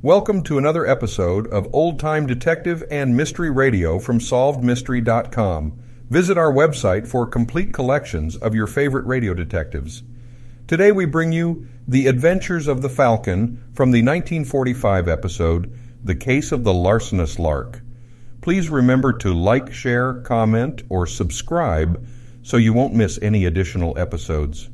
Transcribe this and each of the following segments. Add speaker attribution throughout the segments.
Speaker 1: Welcome to another episode of Old Time Detective and Mystery Radio from SolvedMystery.com. Visit our website for complete collections of your favorite radio detectives. Today we bring you The Adventures of the Falcon from the 1945 episode, The Case of the Larcenous Lark. Please remember to like, share, comment, or subscribe so you won't miss any additional episodes.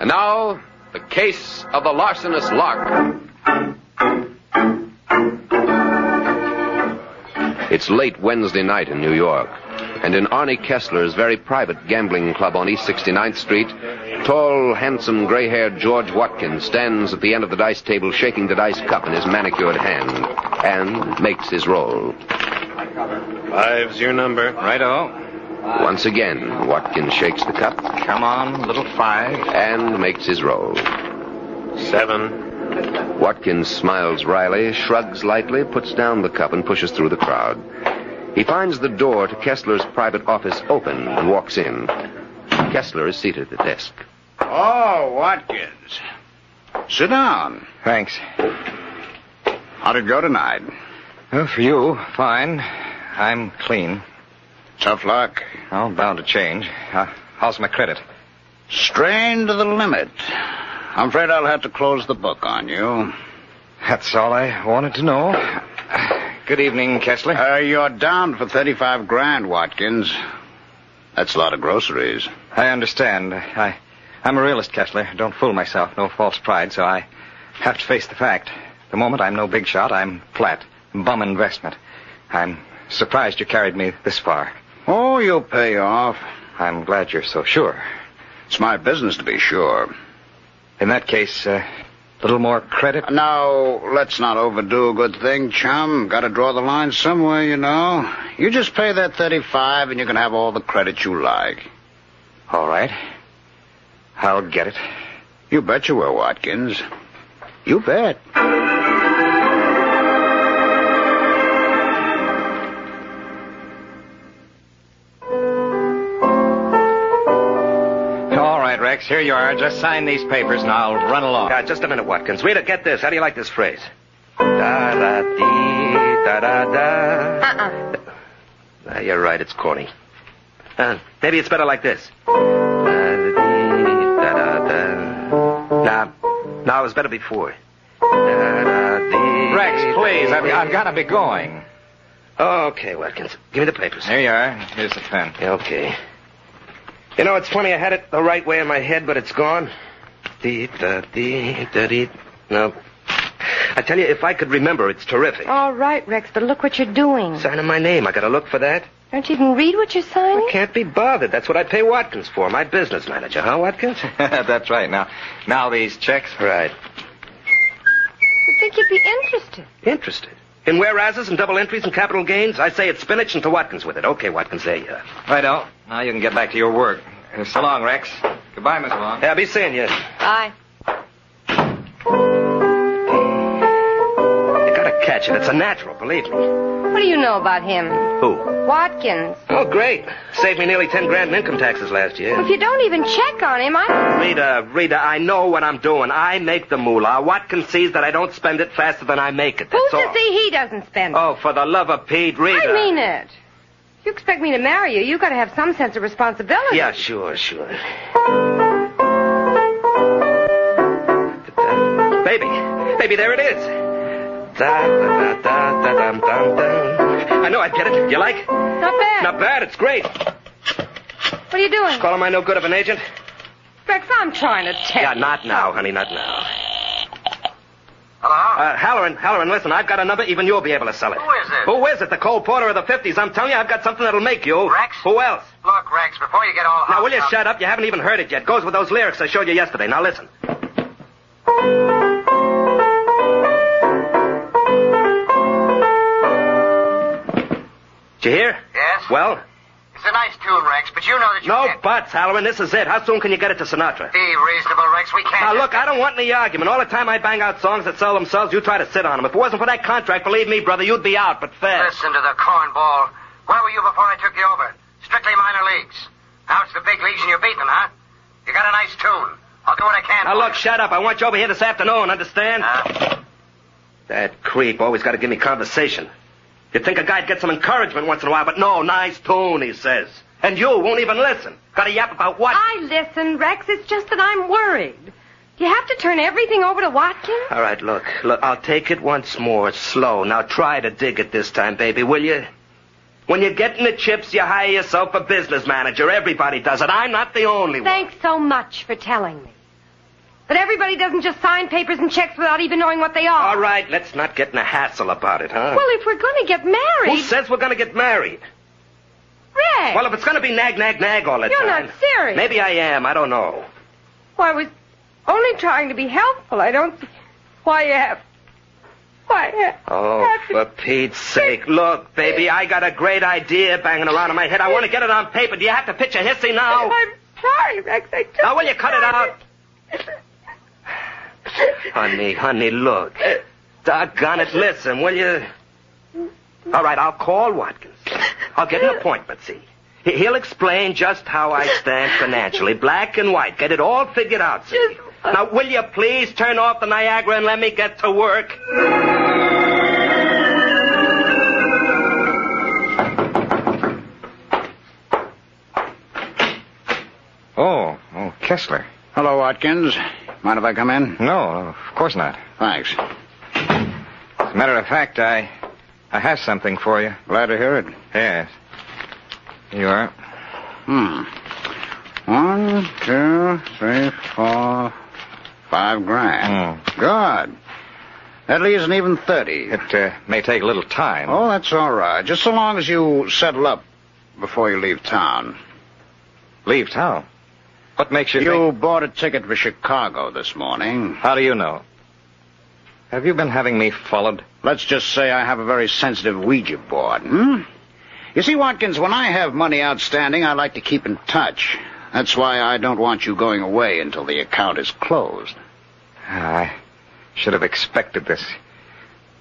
Speaker 2: And now, the case of the larcenous lark. It's late Wednesday night in New York, and in Arnie Kessler's very private gambling club on East 69th Street, tall, handsome, gray haired George Watkins stands at the end of the dice table shaking the dice cup in his manicured hand and makes his roll.
Speaker 3: Five's your number. Righto.
Speaker 2: Once again, Watkins shakes the cup
Speaker 3: Come on, little five.
Speaker 2: and makes his roll.
Speaker 3: Seven.
Speaker 2: Watkins smiles wryly, shrugs lightly, puts down the cup, and pushes through the crowd. He finds the door to Kessler's private office open and walks in. Kessler is seated at the desk.
Speaker 4: Oh, Watkins. Sit down.
Speaker 5: Thanks.
Speaker 4: How'd it go tonight?
Speaker 5: Well, for you, fine. I'm clean.
Speaker 4: Tough luck.
Speaker 5: Oh, bound to change. Uh, how's my credit?
Speaker 4: Strained to the limit. I'm afraid I'll have to close the book on you.
Speaker 5: That's all I wanted to know. Good evening, Kessler.
Speaker 4: Uh, you're down for 35 grand, Watkins. That's a lot of groceries.
Speaker 5: I understand. I, I'm a realist, Kessler. Don't fool myself. No false pride, so I have to face the fact. The moment I'm no big shot, I'm flat. Bum investment. I'm surprised you carried me this far.
Speaker 4: Oh, you'll pay off.
Speaker 5: I'm glad you're so sure.
Speaker 4: It's my business to be sure.
Speaker 5: In that case, uh, a little more credit.
Speaker 4: Now, let's not overdo a good thing, chum. Gotta draw the line somewhere, you know. You just pay that 35 and you can have all the credit you like.
Speaker 5: All right. I'll get it.
Speaker 4: You bet you will, Watkins. You bet.
Speaker 5: All right, Rex, here you are. Just sign these papers and I'll run along.
Speaker 6: Now, Uh, just a minute, Watkins. Rita, get this. How do you like this phrase? Da da dee da da da.
Speaker 7: Uh-uh.
Speaker 6: Ah, you're right. It's corny. Uh, maybe it's better like this. Da da dee da da da. Now, now it was better before. Da da dee.
Speaker 5: Rex, please, I've, I've got to be going.
Speaker 6: Okay, Watkins. Give me the papers.
Speaker 5: Here you are. Here's the pen.
Speaker 6: Yeah, Okay. You know, it's funny. I had it the right way in my head, but it's gone. Dee da dee da dee. No. I tell you, if I could remember, it's terrific.
Speaker 5: Oh.
Speaker 7: All right, Rex, but look what you're doing.
Speaker 6: Signing my name. I gotta look for that.
Speaker 7: Don't you even read what you're
Speaker 6: I
Speaker 7: signing?
Speaker 6: can't be bothered. That's what I pay Watkins for, my business manager, huh, Watkins?
Speaker 5: That's right. Now, now these checks.
Speaker 6: right.
Speaker 7: I think you'd be interested.
Speaker 6: Interested. In whereases and double entries and capital gains, I say it's spinach and to Watkins with it. Okay, Watkins, there you are.
Speaker 5: Righto. Now you can get back to your work. Uh, So long, Rex. Goodbye, Miss Long.
Speaker 6: Yeah, be seeing you. You
Speaker 7: Aye.
Speaker 6: gotta catch it. It's a natural, believe me.
Speaker 7: What do you know about him?
Speaker 6: Who?
Speaker 7: Watkins.
Speaker 6: Oh, great. Saved me nearly ten grand in income taxes last
Speaker 7: If
Speaker 6: year.
Speaker 7: you don't even check on him, I.
Speaker 6: Rita, Rita, I know what I'm doing. I make the moolah. Watkins sees that I don't spend it faster than I make it. That's
Speaker 7: Who's
Speaker 6: all.
Speaker 7: to see he doesn't spend? it?
Speaker 6: Oh, for the love of Pete, Rita.
Speaker 7: I mean it. If you expect me to marry you, you got to have some sense of responsibility.
Speaker 6: Yeah, sure, sure. Baby, baby, there it is. Da, da, da, da, da, dum, dum, dum. I know I get it. You like?
Speaker 7: Not bad.
Speaker 6: Not bad. It's great.
Speaker 7: What are you doing?
Speaker 6: Call him I no good of an agent?
Speaker 7: Rex, I'm trying to tell
Speaker 6: Yeah,
Speaker 7: you.
Speaker 6: not now, honey, not now. Hello? Uh, Halloran, Halloran, listen, I've got a number. Even you'll be able to sell it. Who
Speaker 8: is it?
Speaker 6: Who is it? The Cole Porter of the 50s. I'm telling you, I've got something that'll make you.
Speaker 8: Rex?
Speaker 6: Who else?
Speaker 8: Look, Rex, before you get all
Speaker 6: Now, Ah, will you
Speaker 8: hopped up-
Speaker 6: shut up? You haven't even heard it yet. Goes with those lyrics I showed you yesterday. Now, listen. Did you hear?
Speaker 8: Yes?
Speaker 6: Well?
Speaker 8: It's a nice tune, Rex, but you know that you
Speaker 6: No
Speaker 8: can't
Speaker 6: buts, Halloran. This is it. How soon can you get it to Sinatra?
Speaker 8: be reasonable, Rex. We can't.
Speaker 6: Now, look, I don't want any argument. All the time I bang out songs that sell themselves, you try to sit on them. If it wasn't for that contract, believe me, brother, you'd be out, but fast.
Speaker 8: Listen to the cornball. Where were you before I took you over? Strictly minor leagues. You got a nice tune. I'll do what I can.
Speaker 6: Now
Speaker 8: for
Speaker 6: look,
Speaker 8: you.
Speaker 6: shut up. I want you over here this afternoon, understand?
Speaker 8: Huh?
Speaker 7: Ah.
Speaker 6: That creep always got to give me conversation. You'd think a guy'd get some encouragement once in a while, but no, nice tune, he says. And you won't even listen. Got to yap about what?
Speaker 7: I listen, Rex. It's just that I'm worried. Do you have to turn everything over to Watkins?
Speaker 6: All right, look, look, I'll take it once more, slow. Now try to dig it this time, baby, will you? When you get in the chips, you hire yourself a business manager. Everybody does it. I'm not the only one.
Speaker 7: Thanks so much for telling me. But everybody doesn't just sign papers and checks without even knowing what they are.
Speaker 6: All right, let's not get in a hassle about it, huh?
Speaker 7: Well, if we're going to get married,
Speaker 6: Who says we're gonna get married?
Speaker 7: Rex.
Speaker 6: Well, if it's gonna be nag, nag, nag all the
Speaker 7: You're
Speaker 6: time.
Speaker 7: not serious.
Speaker 6: Maybe I am. I don't know.
Speaker 7: Why, I was only trying to be helpful. I don't see why you have. Why? You have
Speaker 6: Oh,
Speaker 7: have to-
Speaker 6: for Pete's sake. Look, baby, I got a great idea banging around in my head. I want to get it on paper. Do you have to pitch a hissy now?
Speaker 7: I'm sorry, Rex. I just.
Speaker 6: Now, will you cut it out? honey, honey, look. Doggone it, listen, will you? All right, I'll call Watkins. I'll get an appointment, see. He- He'll explain just how I stand financially, black and white. Get it all figured out, see. Now, will you please turn off the Niagara and let me get to work?
Speaker 5: Oh, oh, Kessler.
Speaker 4: Hello, Watkins. Mind if I come in?
Speaker 5: No, of course not.
Speaker 4: Thanks.
Speaker 5: As a matter of fact, I, I have something for you.
Speaker 4: Glad to hear it.
Speaker 5: Yes. Here you are.
Speaker 4: Hmm. One, two, three, four, five grand. Good. That leaves an even thirty.
Speaker 5: It uh, may take a little time.
Speaker 4: Oh, that's all right. Just so long as you settle up before you leave town.
Speaker 5: Leave town. What makes you, think-
Speaker 4: You bought a ticket for Chicago this morning.
Speaker 5: How do you know? Have you been having me followed?
Speaker 4: Let's just say I have a very sensitive Ouija board, hmm? You see, Watkins, when I have money outstanding, I like to keep in touch. That's why I don't want you going away until the account is closed.
Speaker 5: Ah, I should have expected this.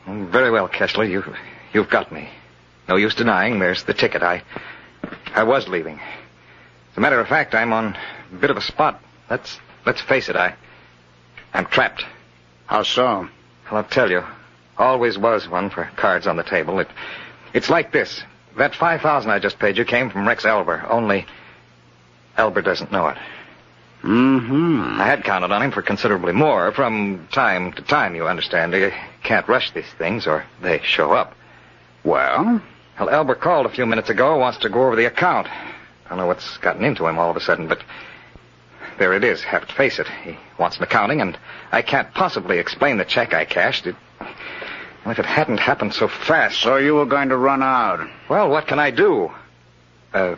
Speaker 5: Oh, Very well, Kessler. You, you've got me. No use denying. There's the ticket. I, I was leaving. As a matter of fact, I'm on a bit of a spot. Let's let's face it. I, I'm trapped.
Speaker 4: How so?
Speaker 5: Well, I'll tell you. Always was one for cards on the table. It, it's like this. That five thousand I just paid you came from Rex Elber. Only, Elber doesn't know it.
Speaker 4: Mm-hmm.
Speaker 5: I had counted on him for considerably more from time to time, you understand. You can't rush these things or they show up.
Speaker 4: Well,
Speaker 5: Well, Elber called a few minutes ago, wants to go over the account. Don't know what's gotten into him all of a sudden, but there it is. Have to face it. He wants an accounting, and I can't possibly explain the check I cashed. It, well, if it hadn't happened so fast,
Speaker 4: so you were going to run out.
Speaker 5: well, what can I do? Uh,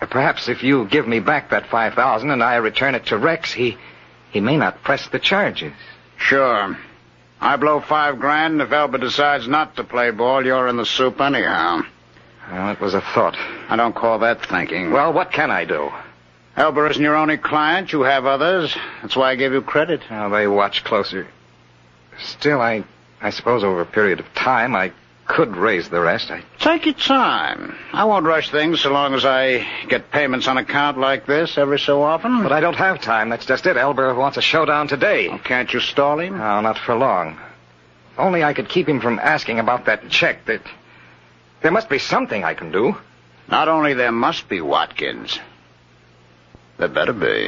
Speaker 5: perhaps if you give me back that five thousand and I return it to Rex, he he may not press the charges.
Speaker 4: Sure. I blow five grand, and if Elba decides not to play ball, you're in the soup anyhow.
Speaker 5: Well, it was a thought.
Speaker 4: I don't call that thinking.
Speaker 5: Well, what can I do?
Speaker 4: Elba isn't your only client. You have others. That's why I gave you credit.
Speaker 5: Now they watch closer. Still, I I suppose over a period of time I could raise the rest. I
Speaker 4: Take your time. I won't rush things so long as I get payments on account like this every so often. Oh,
Speaker 5: but I don't have time. That's just it. Elber wants a showdown today.
Speaker 4: Can't you stall him?
Speaker 5: No, not for long. If Only I could keep him from asking about that check. That there must be something I can do.
Speaker 4: Not only there must be Watkins. There better be.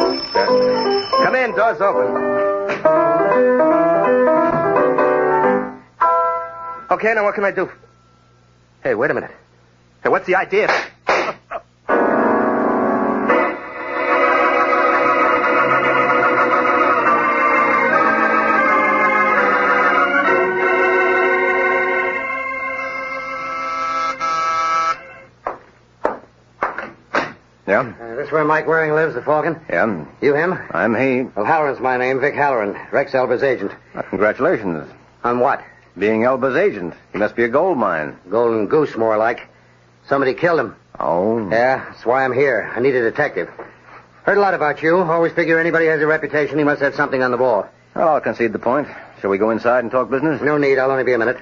Speaker 6: Come in, door's open. Okay, now what can I do? Hey, wait a minute. Hey, what's the idea?
Speaker 5: Yeah,
Speaker 9: Uh, this where Mike Waring lives, the Falcon?
Speaker 5: yeah.
Speaker 9: You him?
Speaker 5: I'm he.
Speaker 9: Well, Halloran's my name, Vic Halloran, Rex Elber's agent.
Speaker 5: Congratulations.
Speaker 9: On what?
Speaker 5: Being Elba's agent, he must be a gold mine.
Speaker 9: Golden goose, more like. Somebody killed him.
Speaker 5: Oh.
Speaker 9: Yeah, that's why I'm here. I need a detective.
Speaker 10: Heard a lot about you. Always figure anybody has a reputation, he must have something on the wall.
Speaker 5: Well, I'll concede the point. Shall we go inside and talk business?
Speaker 10: No need. I'll only be a minute.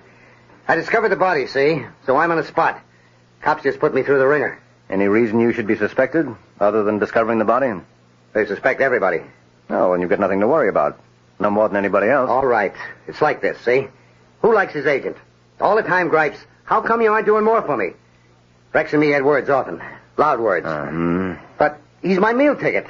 Speaker 10: I discovered the body, see? So I'm on the spot. Cops just put me through the ringer.
Speaker 5: Any reason you should be suspected, other than discovering the body?
Speaker 10: They suspect everybody.
Speaker 5: Oh, and you've got nothing to worry about. No more than anybody else.
Speaker 10: All right. It's like this, see? Who likes his agent? All the time gripes. How come you aren't doing more for me? Rex and me had words often. Loud words.
Speaker 5: Um,
Speaker 10: But he's my meal ticket.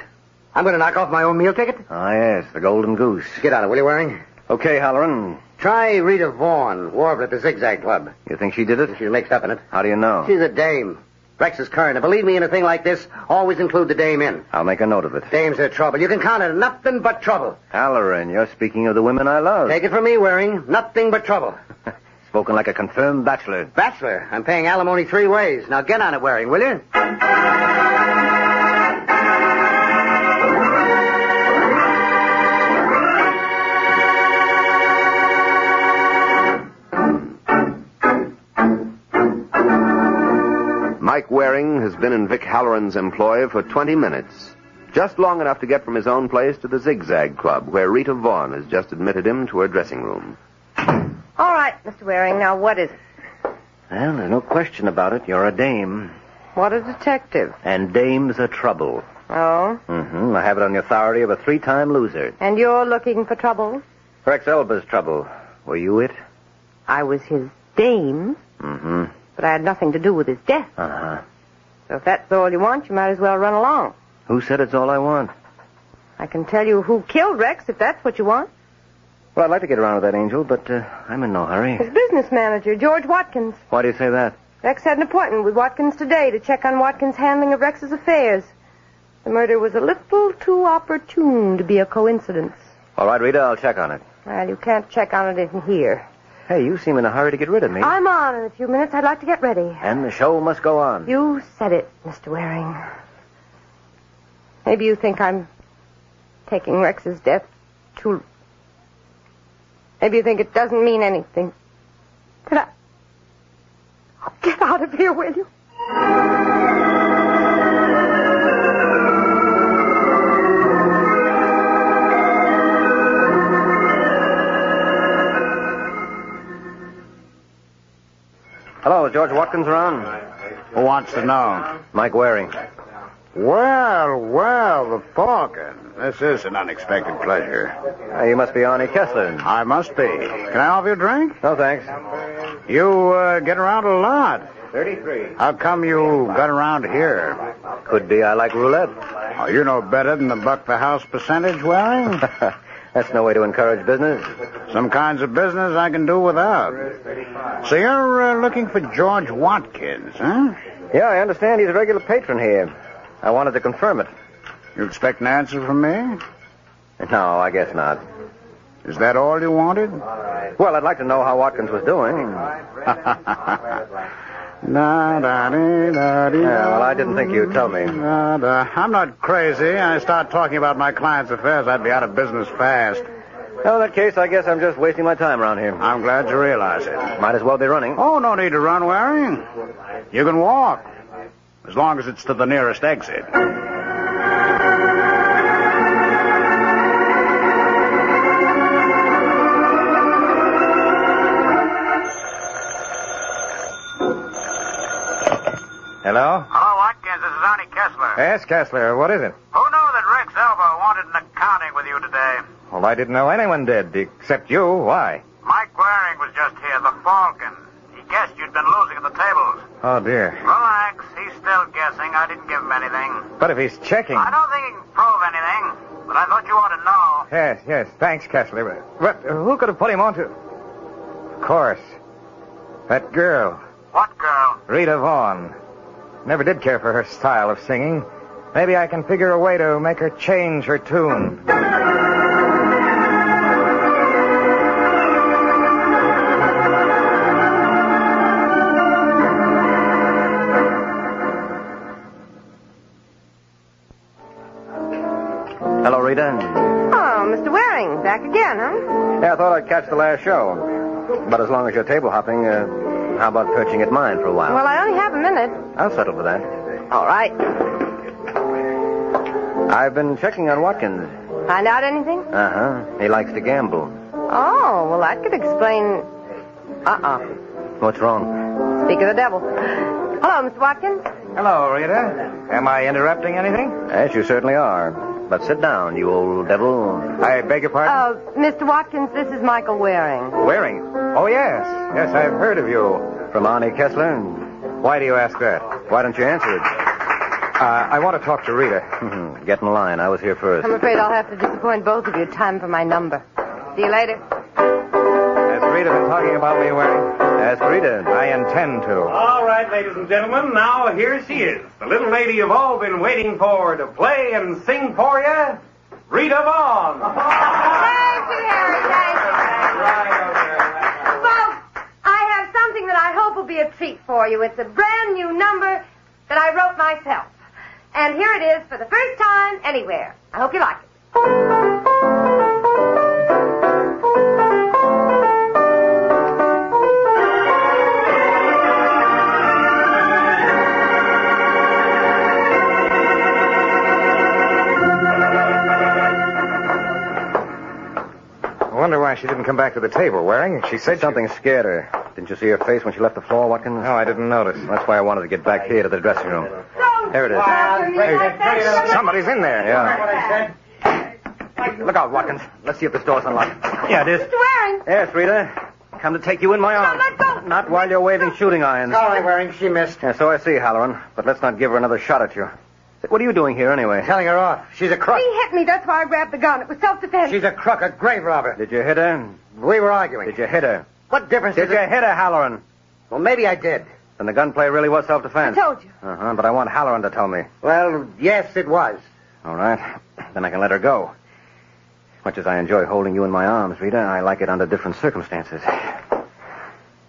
Speaker 10: I'm going to knock off my own meal ticket.
Speaker 5: ah, yes, the golden goose.
Speaker 10: Get out of it, will you, Waring?
Speaker 5: Okay, Halloran.
Speaker 10: Try Rita Vaughn, warbler at the Zigzag Club.
Speaker 5: You think she did it?
Speaker 10: She's mixed up in it.
Speaker 5: How do you know?
Speaker 10: She's a dame. Rex is current. And believe me, in a thing like this, always include the dame in.
Speaker 5: I'll make a note of it.
Speaker 10: Dames are trouble. You can count on nothing but trouble.
Speaker 5: Halloran, you're speaking of the women I love.
Speaker 10: Take it from me, Waring. Nothing but trouble.
Speaker 5: Spoken like a confirmed bachelor.
Speaker 10: Bachelor, I'm paying alimony three ways. Now get on it, Waring, will you?
Speaker 2: Mike Waring has been in Vic Halloran's employ for 20 minutes. Just long enough to get from his own place to the Zigzag Club, where Rita Vaughn has just admitted him to her dressing room.
Speaker 8: All right, Mr. Waring. Now, what is it?
Speaker 5: Well, there's no question about it. You're a dame.
Speaker 8: What a detective.
Speaker 5: And dames are trouble.
Speaker 8: Oh?
Speaker 5: Mm-hmm. I have it on the authority of a three-time loser.
Speaker 8: And you're looking for trouble?
Speaker 5: Rex Elba's trouble. Were you it?
Speaker 8: I was his dame,
Speaker 5: Mm-hmm.
Speaker 8: but I had nothing to do with his death.
Speaker 5: Uh-huh.
Speaker 8: So if that's all you want, you might as well run along.
Speaker 5: Who said it's all I want?
Speaker 8: I can tell you who killed Rex if that's what you want.
Speaker 5: Well, I'd like to get around with that angel, but uh, I'm in no hurry.
Speaker 8: His business manager, George Watkins.
Speaker 5: Why do you say that?
Speaker 8: Rex had an appointment with Watkins today to check on Watkins' handling of Rex's affairs. The murder was a little too opportune to be a coincidence.
Speaker 5: All right, Rita, I'll check on it.
Speaker 8: Well, you can't check on it in here.
Speaker 5: Hey, you seem in a hurry to get rid of me.
Speaker 8: I'm on in a few minutes. I'd like to get ready.
Speaker 5: And the show must go on.
Speaker 8: You said it, Mr. Waring. Maybe you think I'm taking Rex's death too. Maybe you think it doesn't mean anything. But I. Oh, get out of here, will you?
Speaker 5: Hello, is George Watkins around?
Speaker 4: Who wants to know?
Speaker 5: Mike Waring.
Speaker 4: Well, well, the Falcon. This is an unexpected pleasure.
Speaker 5: Uh, you must be Arnie Kessler.
Speaker 4: I must be. Can I offer you a drink?
Speaker 5: No, thanks.
Speaker 4: You uh, get around a lot.
Speaker 5: 33.
Speaker 4: How come you got around here?
Speaker 5: Could be I like roulette.
Speaker 4: Oh, you know better than the buck per house percentage, Waring.
Speaker 5: That's no way to encourage business.
Speaker 4: Some kinds of business I can do without. So you're uh, looking for George Watkins, huh?
Speaker 5: Yeah, I understand he's a regular patron here. I wanted to confirm it.
Speaker 4: You expect an answer from me?
Speaker 5: No, I guess not.
Speaker 4: Is that all you wanted?
Speaker 5: Well, I'd like to know how Watkins was doing.
Speaker 4: Da, da, dee, da, dee,
Speaker 5: Yeah, well, I didn't think you'd tell me.
Speaker 4: Da, da. I'm not crazy. I start talking about my client's affairs, I'd be out of business fast.
Speaker 5: Well, in that case, I guess I'm just wasting my time around here.
Speaker 4: I'm glad you realize it.
Speaker 5: Might as well be running.
Speaker 4: Oh, no need to run, Waring. You can walk, as long as it's to the nearest exit.
Speaker 5: Hello?
Speaker 11: Hello, Watkins. This is Arnie Kessler.
Speaker 5: Yes, Kessler, what is it?
Speaker 11: Who knew that Rex Elba wanted an accounting with you today?
Speaker 5: Well, I didn't know anyone did, except you. Why?
Speaker 11: Mike Waring was just here, the Falcon. He guessed you'd been losing at the tables.
Speaker 5: Oh, dear.
Speaker 11: Relax. He's still guessing. I didn't give him anything.
Speaker 5: But if he's checking.
Speaker 11: I don't think he can prove anything, but I thought you ought to know.
Speaker 5: Yes, yes, thanks, Kessler. But, but who could have put him on to. Of course. That girl,
Speaker 11: What girl?
Speaker 5: Rita Vaughn. Never did care for her style of singing. Maybe I can figure a way to make her change her tune. Hello, Rita.
Speaker 8: Oh, Mr. Waring, back again, huh?
Speaker 5: Yeah, I thought I'd catch the last show. But as long as you're table hopping, uh, how about perching at mine for a while?
Speaker 8: Well, I only have a minute.
Speaker 5: I'll settle for that.
Speaker 8: All right.
Speaker 5: I've been checking on Watkins.
Speaker 7: Find out anything?
Speaker 5: Uh huh. He likes to gamble.
Speaker 7: Oh, well, that could explain. Uh-uh.
Speaker 5: What's wrong?
Speaker 7: Speak of the devil. Hello, Miss Watkins.
Speaker 12: Hello, Rita. Am I interrupting anything?
Speaker 5: Yes, you certainly are. But sit down, you old devil.
Speaker 12: I beg your pardon?
Speaker 7: Uh, Mr. Watkins, this is Michael Waring.
Speaker 12: Waring. Oh, yes. Yes, I've heard of you.
Speaker 5: From Arnie Kessler?
Speaker 12: Why do you ask that?
Speaker 5: Why don't you answer it?
Speaker 12: Uh, I want to talk to Rita.
Speaker 5: Mhm. Get in line. I was here first.
Speaker 7: I'm afraid I'll have to disappoint both of you. Time for my number. See you later.
Speaker 12: Has Rita been talking about me, Waring? Ask Rita. I intend to.
Speaker 13: All right, ladies and gentlemen, now here she is, the little lady you've all been waiting for to play and sing for you, Rita Vaughn.
Speaker 7: Folks, I have something that I hope will be a treat for you. It's a brand new number that I wrote myself. And here it is for the first time anywhere. I hope you like it.
Speaker 12: I wonder why she didn't come back to the table, Waring. She said
Speaker 5: Something scared her. Didn't you see her face when she left the floor, Watkins? No,
Speaker 12: I didn't notice.
Speaker 5: That's why I wanted to get back here to the dressing room. There it is.
Speaker 12: Somebody's in there.
Speaker 5: Yeah. Look out, Watkins. Let's see if this door's unlocked. Yeah, it is.
Speaker 7: Waring!
Speaker 5: Yes, Rita. Come to take you in my arms.
Speaker 7: let go!
Speaker 5: Not while you're waving shooting irons.
Speaker 8: Sorry, Waring, she missed.
Speaker 5: Yeah, so I see, Halloran. But let's not give her another shot at you. What are you doing here, anyway?
Speaker 8: Telling her off. She's a crook.
Speaker 7: He hit me. That's why I grabbed the gun. It was self-defense.
Speaker 8: She's a crook, a grave robber.
Speaker 5: Did you hit her?
Speaker 8: We were arguing.
Speaker 5: Did you hit her?
Speaker 8: What difference
Speaker 5: Did
Speaker 8: does
Speaker 5: you
Speaker 8: it...
Speaker 5: hit her, Halloran?
Speaker 8: Well, maybe I did.
Speaker 5: Then the gunplay really was
Speaker 7: I
Speaker 5: self-defense.
Speaker 7: told you.
Speaker 5: Uh-huh, but I want Halloran to tell me.
Speaker 8: Well, yes, it was.
Speaker 5: All right. Then I can let her go. Much as I enjoy holding you in my arms, Rita, I like it under different circumstances.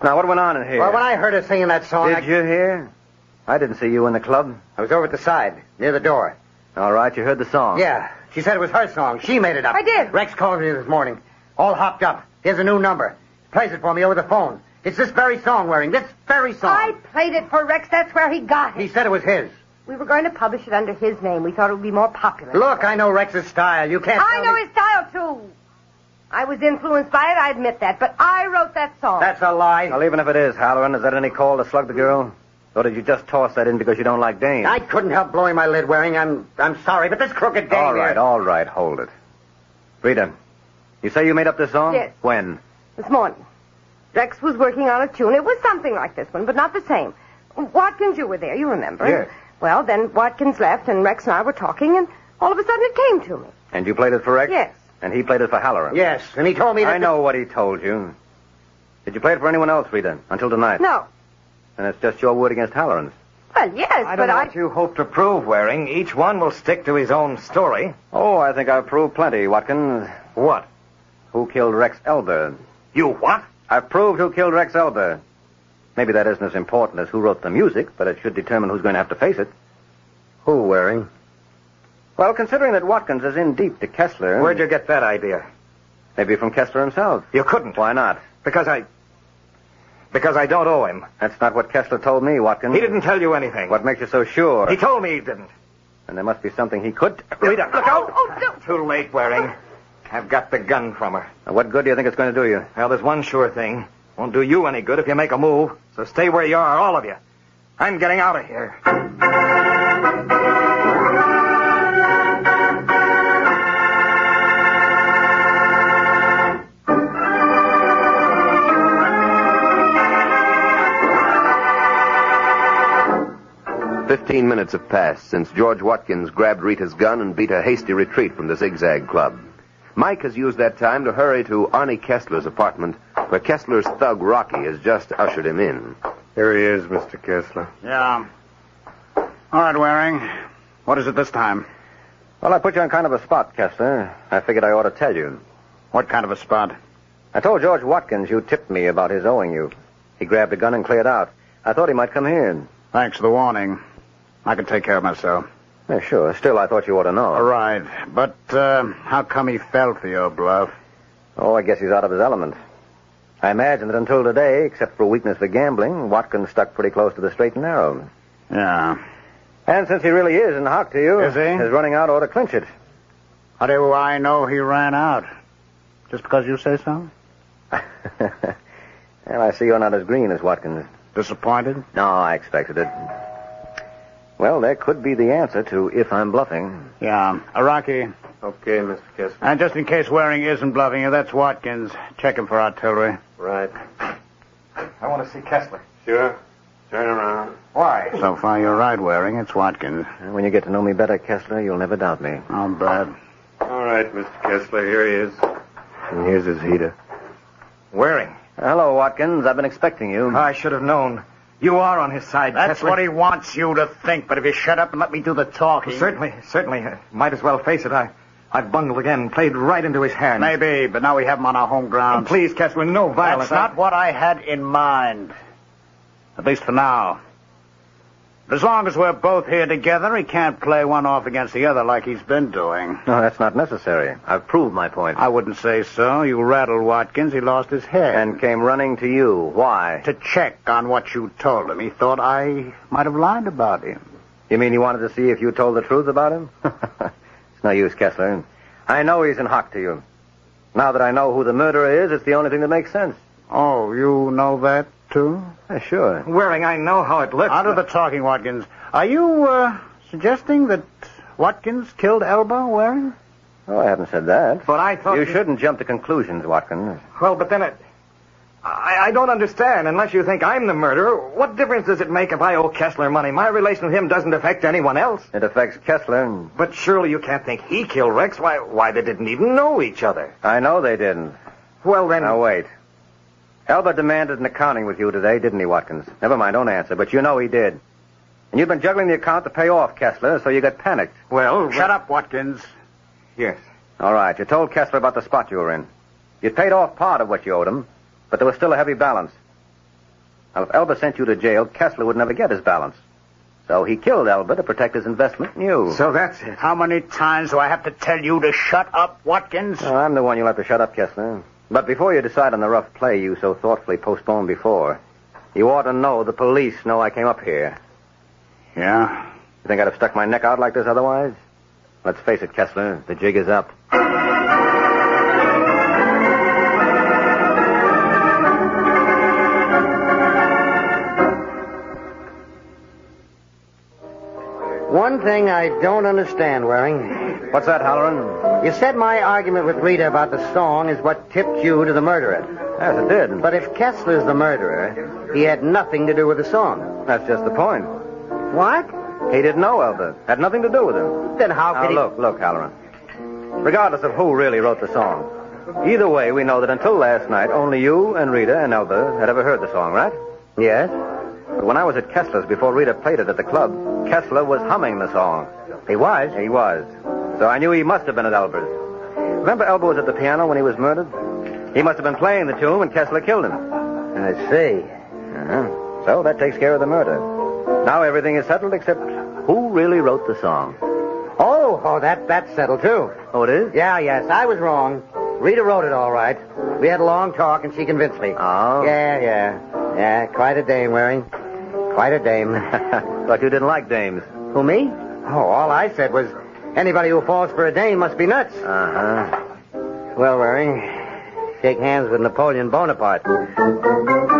Speaker 5: Now, what went on in here?
Speaker 8: Well, when I heard her singing that song,
Speaker 5: Did
Speaker 8: I...
Speaker 5: you hear? I didn't see you in the club.
Speaker 8: I was over at the side, near the door.
Speaker 5: All right, you heard the song.
Speaker 8: Yeah, she said it was her song. She made it up.
Speaker 7: I did.
Speaker 8: Rex called me this morning, all hopped up. Here's a new number. Plays it for me over the phone. It's this very song, Waring. This very song.
Speaker 7: I played it for Rex. That's where he got it.
Speaker 8: He said it was his.
Speaker 7: We were going to publish it under his name. We thought it would be more popular.
Speaker 8: Look, I know Rex's style. You can't.
Speaker 7: I
Speaker 8: tell
Speaker 7: know
Speaker 8: me-
Speaker 7: his style, too. I was influenced by it. I admit that. But I wrote that song.
Speaker 8: That's a lie.
Speaker 5: Well, even if it is, Halloran, is that any call to slug the girl? Or did you just toss that in because you don't like Dane?
Speaker 8: I couldn't help blowing my lid, Waring. I'm I'm sorry, but this crooked game.
Speaker 5: All right,
Speaker 8: here-
Speaker 5: all right, hold it. Rita, you say you made up this song?
Speaker 7: Yes.
Speaker 5: When?
Speaker 7: This morning. Rex was working on a tune. It was something like this one, but not the same. Watkins, you were there, you remember.
Speaker 5: Yes.
Speaker 7: Well, then Watkins left, and Rex and I were talking, and all of a sudden it came to me.
Speaker 5: And you played it for Rex?
Speaker 7: Yes.
Speaker 5: And he played it for Halloran?
Speaker 8: Yes, and he told me that.
Speaker 5: I know what he told you. Did you play it for anyone else, Rita, until tonight?
Speaker 7: No.
Speaker 5: And it's just your word against Halloran's.
Speaker 7: Well, yes,
Speaker 12: I don't
Speaker 7: but
Speaker 12: know
Speaker 7: I.
Speaker 12: what you hope to prove, Waring. Each one will stick to his own story.
Speaker 5: Oh, I think I've proved plenty, Watkins.
Speaker 12: What?
Speaker 5: Who killed Rex Elder?
Speaker 13: You what?
Speaker 5: I've proved who killed Rex Elder. Maybe that isn't as important as who wrote the music, but it should determine who's going to have to face it.
Speaker 8: Who, Waring?
Speaker 5: Well, considering that Watkins is in deep to Kessler.
Speaker 12: Where'd you get that idea?
Speaker 5: Maybe from Kessler himself.
Speaker 12: You couldn't.
Speaker 5: Why not?
Speaker 12: Because I. Because I don't owe him.
Speaker 5: That's not what Kessler told me, Watkins.
Speaker 12: He didn't tell you anything.
Speaker 5: What makes you so sure?
Speaker 12: He told me he didn't.
Speaker 5: And there must be something he could.
Speaker 12: Rita, look out!
Speaker 7: Oh, oh, don't.
Speaker 12: Too late, Waring. I've got the gun from her.
Speaker 5: Now, What good do you think it's going to do you?
Speaker 12: Well, there's one sure thing. Won't do you any good if you make a move. So stay where you are, all of you. I'm getting out of here.
Speaker 2: Fifteen minutes have passed since George Watkins grabbed Rita's gun and beat a hasty retreat from the Zigzag Club. Mike has used that time to hurry to Arnie Kessler's apartment, where Kessler's thug Rocky has just ushered him in.
Speaker 14: Here he is, Mr. Kessler.
Speaker 4: Yeah. All right, Waring. What is it this time?
Speaker 5: Well, I put you on kind of a spot, Kessler. I figured I ought to tell you.
Speaker 4: What kind of a spot?
Speaker 5: I told George Watkins you tipped me about his owing you. He grabbed a gun and cleared out. I thought he might come here.
Speaker 4: Thanks for the warning. I can take care of myself.
Speaker 5: Yeah, sure. Still, I thought you ought to know.
Speaker 4: All right. But uh, how come he fell for your bluff?
Speaker 5: Oh, I guess he's out of his element. I imagine that until today, except for a weakness for gambling, Watkins stuck pretty close to the straight and narrow.
Speaker 4: Yeah.
Speaker 5: And since he really is in the hock to you,
Speaker 4: Is he?
Speaker 5: his running out ought to clinch it.
Speaker 4: How do I know he ran out? Just because you say so?
Speaker 5: Well, I see you're not as green as Watkins.
Speaker 4: Disappointed?
Speaker 5: No, I expected it. Well, there could be the answer to if I'm bluffing.
Speaker 4: Yeah. Iraqi.
Speaker 14: Okay, Mr. Kessler.
Speaker 4: Uh, And just in case Waring isn't bluffing you, that's Watkins. Check him for artillery.
Speaker 14: Right.
Speaker 12: I want to see Kessler.
Speaker 14: Sure. Turn around.
Speaker 12: Why?
Speaker 4: So far, you're right, Waring. It's Watkins.
Speaker 5: When you get to know me better, Kessler, you'll never doubt me.
Speaker 4: I'm bad.
Speaker 14: All right, Mr. Kessler, here he is.
Speaker 5: And here's his heater.
Speaker 12: Waring.
Speaker 5: Hello, Watkins. I've been expecting you.
Speaker 12: I should have known. You are on his side,
Speaker 4: That's
Speaker 12: Kessler.
Speaker 4: what he wants you to think, but if you shut up and let me do the talking.
Speaker 12: Well, certainly, certainly. uh, might as well face it. I, I've bungled again, played right into his hands.
Speaker 4: Maybe, but now we have him on our home ground.
Speaker 12: And please, Kessler, no violence.
Speaker 4: That's not what I had in mind. At least for now. But as long as we're both here together, he can't play one off against the other like he's been doing.
Speaker 5: No, that's not necessary. I've proved my point.
Speaker 4: I wouldn't say so. You rattled Watkins. He lost his head.
Speaker 5: And came running to you. Why?
Speaker 4: to check on what you told him, he thought I might have lied about him.
Speaker 5: You mean you wanted to see if you told the truth about him? it's no use, Kessler. I know he's in hock to you. Now that I know who the murderer is, it's the only thing that makes sense.
Speaker 4: Oh, you know that too?
Speaker 5: Yeah, sure.
Speaker 12: Waring, I know how it looks.
Speaker 4: Out of the talking, Watkins. Are you uh, suggesting that Watkins killed Elba Waring?
Speaker 5: Oh, I haven't said that.
Speaker 12: But I thought
Speaker 5: you
Speaker 12: you-
Speaker 5: shouldn't jump to conclusions, Watkins.
Speaker 12: Well, but then it. I, I don't understand. Unless you think I'm the murderer, what difference does it make if I owe Kessler money? My relation with him doesn't affect anyone else.
Speaker 5: It affects Kessler. and
Speaker 12: But surely you can't think he killed Rex. Why? Why they didn't even know each other?
Speaker 5: I know they didn't.
Speaker 12: Well then.
Speaker 5: Now wait. Elba demanded an accounting with you today, didn't he, Watkins? Never mind, don't answer. But you know he did. And you've been juggling the account to pay off Kessler, so you got panicked.
Speaker 12: Well.
Speaker 4: Shut up, Watkins.
Speaker 12: Yes.
Speaker 5: All right, you told Kessler about the spot you were in. You paid off part of what you owed him, but there was still a heavy balance. Now, if Elba sent you to jail, Kessler would never get his balance. So he killed Elba to protect his investment in you.
Speaker 12: So that's it.
Speaker 4: How many times do I have to tell you to shut up, Watkins?
Speaker 12: Uh,
Speaker 5: Well, I'm the one you'll have to shut up, Kessler. But before you decide on the rough play you so thoughtfully postponed before, you ought to know the police know I came up here.
Speaker 4: yeah.
Speaker 5: You think I'd have stuck my neck out like this otherwise? Let's face it, Kessler, the jig is up.
Speaker 8: One thing I don't understand, Waring.
Speaker 5: What's that, Halloran?
Speaker 8: You said my argument with Rita about the song is what tipped you to the murderer.
Speaker 5: Yes, it did.
Speaker 8: But if Kessler's the murderer, he had nothing to do with the song.
Speaker 5: that's just the point.
Speaker 8: What?
Speaker 5: He didn't know Elba. Had nothing to do with him.
Speaker 8: Then how could
Speaker 5: Now,
Speaker 8: he...
Speaker 5: look, look, Halloran. Regardless of who really wrote the song, either way, we know that until last night, only you and Rita and Elba had ever heard the song, right?
Speaker 8: Yes?
Speaker 5: But when I was at Kessler's before Rita played it at the club, Kessler was humming the song.
Speaker 8: He was?
Speaker 5: He was. So I knew he must have been at Elba's. Remember Elba was at the piano when he was murdered? He must have been playing the tune when Kessler killed him.
Speaker 8: I see.
Speaker 5: Uh-huh. So that takes care of the murder. Now everything is settled except who really wrote the song.
Speaker 8: Oh, oh, that, that's settled, too.
Speaker 5: Oh, it is?
Speaker 8: Yeah, yes, I was wrong. Rita wrote it all right. We had a long talk, and she convinced me.
Speaker 5: Oh.
Speaker 8: Yeah, yeah. Yeah, quite a dame, Waring. Quite a dame.
Speaker 5: but you didn't like dames.
Speaker 8: Who, me? Oh, all I said was anybody who falls for a dame must be nuts.
Speaker 5: Uh-huh.
Speaker 8: Well, Waring, shake hands with Napoleon Bonaparte.